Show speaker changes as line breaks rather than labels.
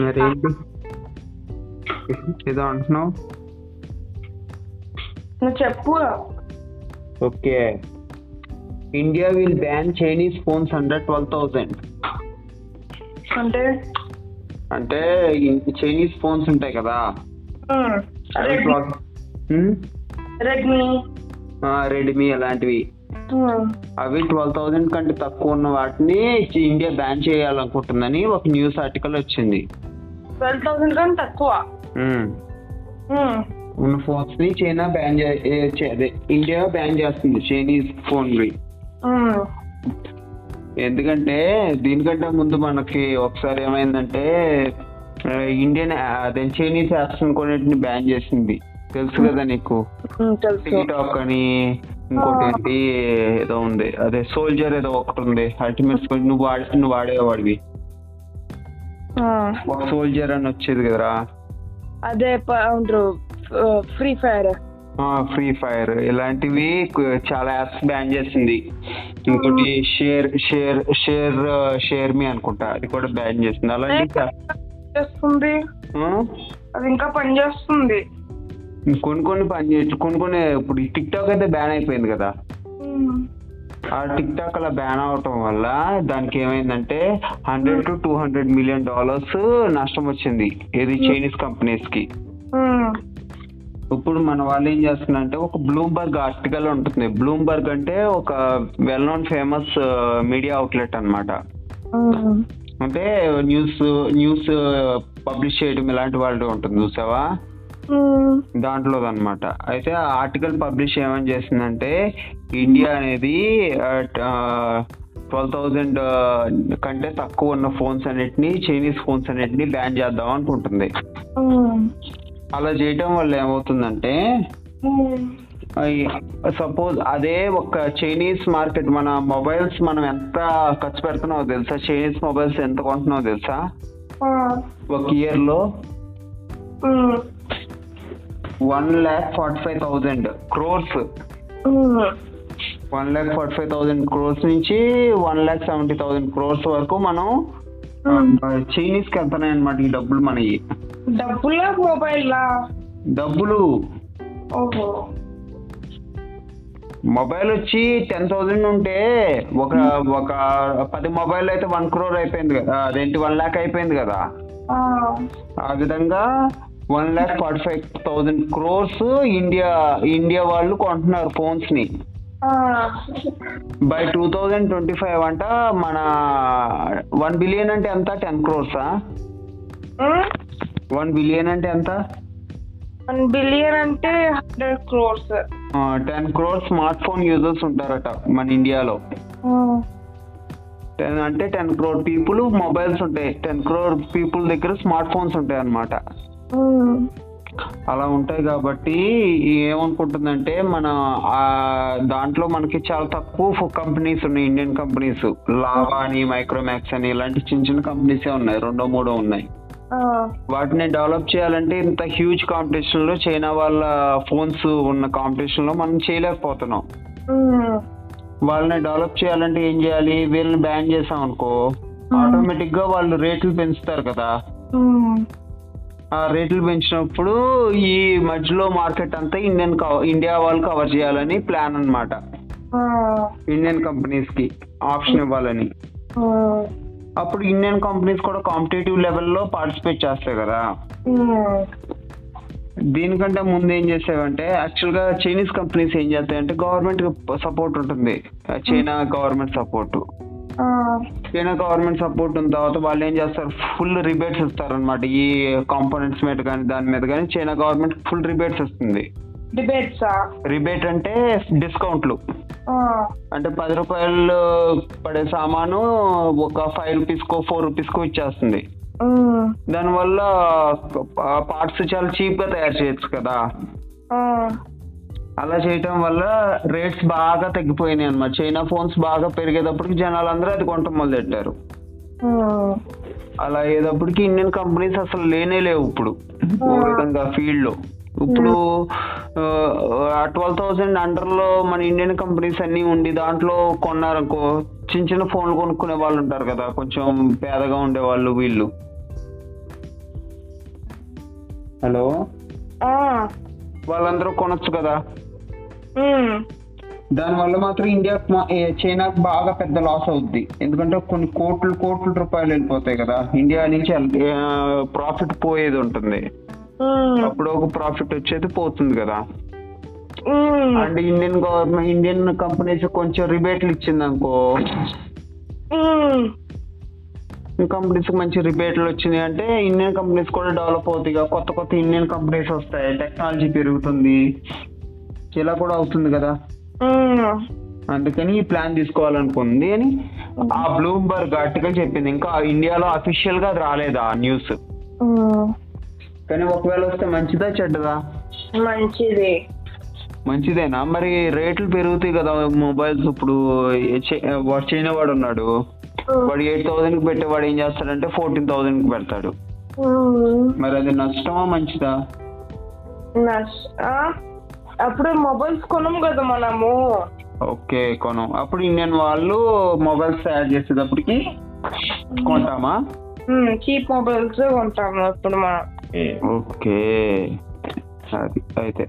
మరేంటి ఏదో అంటున్నావు
నువ్వు చెప్పు
okay India will ban Chinese phones under twelve thousand
అంటే
అంటే ఈ చైనీస్ ఫోన్స్ ఉంటాయి కదా
రెడ్మీ
రెడ్మీ అలాంటివి
Hmm.
అవి ట్వెల్వ్ థౌజండ్ కంటే తక్కువ ఉన్న వాటిని ఇండియా బ్యాన్ చేయాలనుకుంటుందని ఒక న్యూస్ ఆర్టికల్ వచ్చింది
ట్వెల్వ్ థౌసండ్ కన్నా తక్కువ Hmm.
ఉమ్.
ఉమ్,
ఉన్న ఫోన్స్ ని చైనా బ్యాన్ అదే ఇండియా బ్యాన్ చేస్తుంది చైనీస్ ఫోన్
ఉమ్,
ఎందుకంటే దీనికంటే ముందు మనకి ఒకసారి ఏమైందంటే ఆ, ఇండియన్ ఆ, అదే చైనీస్ యాప్స్ కొన్నిటిని బ్యాన్ చేసింది తెలుసు కదా నీకు
ఉమ్, Hmm, తెలుసు
టిక్టాక్ అని ఇంకోటి ఏంటి ఏదో ఉంది అదే సోల్జర్ ఏదో ఒకటి ఉంది అల్టిమేట్ నువ్వు వాడే నువ్వు వాడేవాడివి
ఆ,
ఒక సోల్జర్ అని వచ్చేది కదరా
Hmm. అదే ఉంటారు ఫ్రీ ఫైర్
ఫ్రీ ఫైర్ ఇలాంటివి కు- చాలా యాప్స్ బ్యాన్ చేసింది ఇంకోటి share share share share me అనుకుంటా అది కూడా బ్యాన్ చేసింది అలాంటి చా-
చేస్తుంది
ఆ?
అది ఇంకా పని చేస్తుంది
కొన్ని కొన్ని పని చేయొచ్చు కొన్ని కొన్ని ఇప్పుడు టిక్ టాక్ అయితే బ్యాన్ అయిపోయింది కదా
ఉమ్,
ఆ టిక్ టాక్ అలా బ్యాన్ అవటం వల్ల దానికి ఏమైందంటే hundred to two hundred million dollars నష్టం వచ్చింది ఏది చైనీస్ కంపెనీస్ కి
ఉమ్,
ఇప్పుడు మన వాళ్ళు ఏం చేస్తున్నారంటే ఒక బ్లూంబర్గ్ ఆర్టికల్ ఉంటుంది బ్లూంబర్గ్ అంటే ఒక well known famous media outlet అన్నమాట
ఉమ్,
అంటే న్యూస్ న్యూస్ పబ్లిష్ చేయడం ఇలాంటి వాళ్ళు ఉంటుంది చూసావా
ఉమ్,
దాంట్లో అనమాట అయితే ఆ ఆర్టికల్ పబ్లిష్ ఏమని చేసిందంటే ఇండియా అనేది uh, ట్వెల్వ్ థౌజండ్ uh, కంటే తక్కువ ఉన్న ఫోన్స్ అన్నిటిని చైనీస్ ఫోన్స్ అన్నిటిని బ్యాన్ చేద్దాం అనుకుంటుంది
ఉమ్,
అలా చేయటం వల్ల ఏమవుతుందంటే
ఉమ్,
సపోజ్ అదే ఒక చైనీస్ మార్కెట్ మన మొబైల్స్ మనం ఎంత ఖర్చు పెడుతున్నామో తెలుసా చైనీస్ మొబైల్స్ ఎంత కొంటున్నామో తెలుసా
ఆ,
ఒక ఇయర్ లో
ఉమ్,
one lakh forty five thousand crores
ఉమ్,
one lakh forty five thousand crores నుంచి one lakh seventy thousand crores వరకు మనం
Hmm.
చైనీస్ కి వెళ్తున్నాయి అనమాట ఈ డబ్బులు మనకి
డబ్బులా మొబైల్లా
డబ్బులు
ఓహో
మొబైల్ వచ్చి టెన్ థౌజండ్ ఉంటే ఒక ఒక పది మొబైల్ అయితే వన్ క్రోర్ అయిపోయింది కదా అదేంటి వన్ ల్యాక్ అయిపోయింది కదా
ఆ,
ఆ విధంగా one lakh forty five thousand crores India India వాళ్ళు కొంటున్నారు ఫోన్స్ ని
ఆ,
by two thousand twenty five అంట మన వన్ బిలియన్ అంటే ఎంత టెన్ క్రోర్సా
ఉమ్,
వన్ బిలియన్ అంటే ఎంత
వన్ బిలియన్ అంటే hundred crores
ten crores smart phone users ఉంటారట మన ఇండియాలో టెన్ అంటే టెన్ క్రోర్ పీపుల్ మొబైల్స్ ఉంటాయి టెన్ క్రోర్ పీపుల్ దగ్గర స్మార్ట్ ఫోన్స్ ఉంటాయి అన్నమాట అలా ఉంటాయి కాబట్టి ఏమనుకుంటుందంటే మన ఆ దాంట్లో మనకి చాలా తక్కువ కంపెనీస్ ఉన్నాయి ఇండియన్ కంపెనీస్ లావా అని మైక్రోమాక్స్ అని ఇలాంటి చిన్న చిన్న కంపెనీసే ఉన్నాయి రెండో మూడో ఉన్నాయి వాటిని డెవలప్ చేయాలంటే ఇంత హ్యూజ్ కాంపిటీషన్ లో చైనా వాళ్ళ ఫోన్స్ ఉన్న కాంపిటీషన్ లో మనం చేయలేకపోతున్నాం వాళ్ళని డెవలప్ చేయాలంటే ఏం చేయాలి వీళ్ళని బ్యాన్ చేసాం అనుకో ఆటోమేటిక్ గా వాళ్ళు రేట్లు పెంచుతారు కదా ఆ రేట్లు పెంచినప్పుడు ఈ మధ్యలో మార్కెట్ అంతా ఇండియన్ కవ- ఇండియా వాళ్ళు కవర్ చేయాలని ప్లాన్ అన్నమాట ఇండియన్ కంపెనీస్ కి ఆప్షన్ ఇవ్వాలని అప్పుడు ఇండియన్ కంపెనీస్ కూడా కాంపిటేటివ్ లెవెల్లో పార్టిసిపేట్ చేస్తాయి కదా దీనికంటే ముందు ఏం చేసేవంటే యాక్చువల్ గా చైనీస్ కంపెనీస్ ఏం చేస్తాయంటే గవర్నమెంట్ సపోర్ట్ ఉంటుంది China government support China government support ఉన్న తర్వాత వాళ్ళు ఏం చేస్తారు ఫుల్ రిబేట్స్ ఇస్తారనమాట ఈ కాంపోనెంట్స్ మీద కానీ దాని మీద కానీ చైనా గవర్నమెంట్ ఫుల్ రిబేట్స్ ఇస్తుంది
డిబేట్సా
రిబేట్ అంటే డిస్కౌంట్లు అంటే పది రూపాయలు పడే సామాను ఒక ఫైవ్ రూపీస్కో ఫోర్ రూపీస్కో ఇచ్చేస్తుంది దానివల్ల ఆ పార్ట్స్ చాలా చీప్గా తయారు చేయొచ్చు కదా అలా చేయటం వల్ల రేట్స్ బాగా తగ్గిపోయినాయి అనమాట చైనా ఫోన్స్ బాగా పెరిగేటప్పటికి జనాలు అందరూ అది కొనటం మొదలెట్టారు అలా అయ్యేటప్పటికి ఇండియన్ కంపెనీస్ అసలు లేనే లేవు ఇప్పుడు ఓ విధంగా ఫీల్డ్ లో ఇప్పుడు ట్వెల్వ్ థౌసండ్ అండర్ లో మన ఇండియన్ కంపెనీస్ అన్ని ఉండి దాంట్లో కొన్నారనుకో చిన్న చిన్న ఫోన్లు కొనుక్కునే వాళ్ళు ఉంటారు కదా కొంచెం పేదగా ఉండే వాళ్ళు వీళ్ళు హలో
ఆ,
వాళ్ళందరూ కొనొచ్చు కదా
ఉమ్,
దానివల్ల మాత్రం ఇండియాకు మా- ఏ- చైనాకు బాగా పెద్ద లాస్ అవుద్ది ఎందుకంటే కొన్ని కోట్లు కోట్ల రూపాయలు వెళ్ళిపోతాయి కదా ఇండియా నుంచి ప్రాఫిట్ పోయేది ఉంటుంది
ఉమ్,
అప్పుడు ఒక ప్రాఫిట్ వచ్చేది పోతుంది కదా
um,
and Indian government Indian companies కొంచెం రిబేట్లు ఇచ్చింది అనుకో
ఉమ్,
కంపెనీస్ మంచి రిబేట్లు వచ్చినాయి అంటే ఇండియన్ కంపెనీస్ కూడా డెవలప్ అవుతాయి కదా. కొత్త కొత్త ఇండియన్ కంపెనీస్ వస్తాయి టెక్నాలజీ పెరుగుతుంది ఇలా కూడా అవుతుంది కదా
ఉమ్,
అందుకని ఈ ప్లాన్ తీసుకోవాలనుకుంది అని ఆ బ్లూమ్బర్గ్ ఆర్టికల్ చెప్పింది ఇంకా ఇండియాలో అఫీషియల్ గా అది రాలేదు ఆ న్యూస్
ఉమ్,
కానీ ఒకవేళ వస్తే మంచిదా చెడ్డదా
మంచిది
మంచిదేనా మరి రేట్లు పెరుగుతాయి కదా మొబైల్స్ ఇప్పుడు ఏ చే- వాడు చైనా వాడు ఉన్నాడు
ఉమ్,
వాడు ఎయిట్ థౌసండ్ కి పెట్టేవాడు ఏం చేస్తాడంటే ఫోర్టీన్ థౌసండ్ కి పెడతాడు
ఉమ్.
మరి అది నష్టమా మంచిదా
నష్- ఆ? అప్పుడు మొబైల్స్ కొనం కదా మనము
ఓకే కొను అప్పుడు ఇండియన్ వాళ్ళు మొబైల్స్ తయారు చేసేటప్పటికి కొంటామా
చీప్ మొబైల్స్ కొంటాము ఇప్పుడు మనం
ఓకే అది అయితే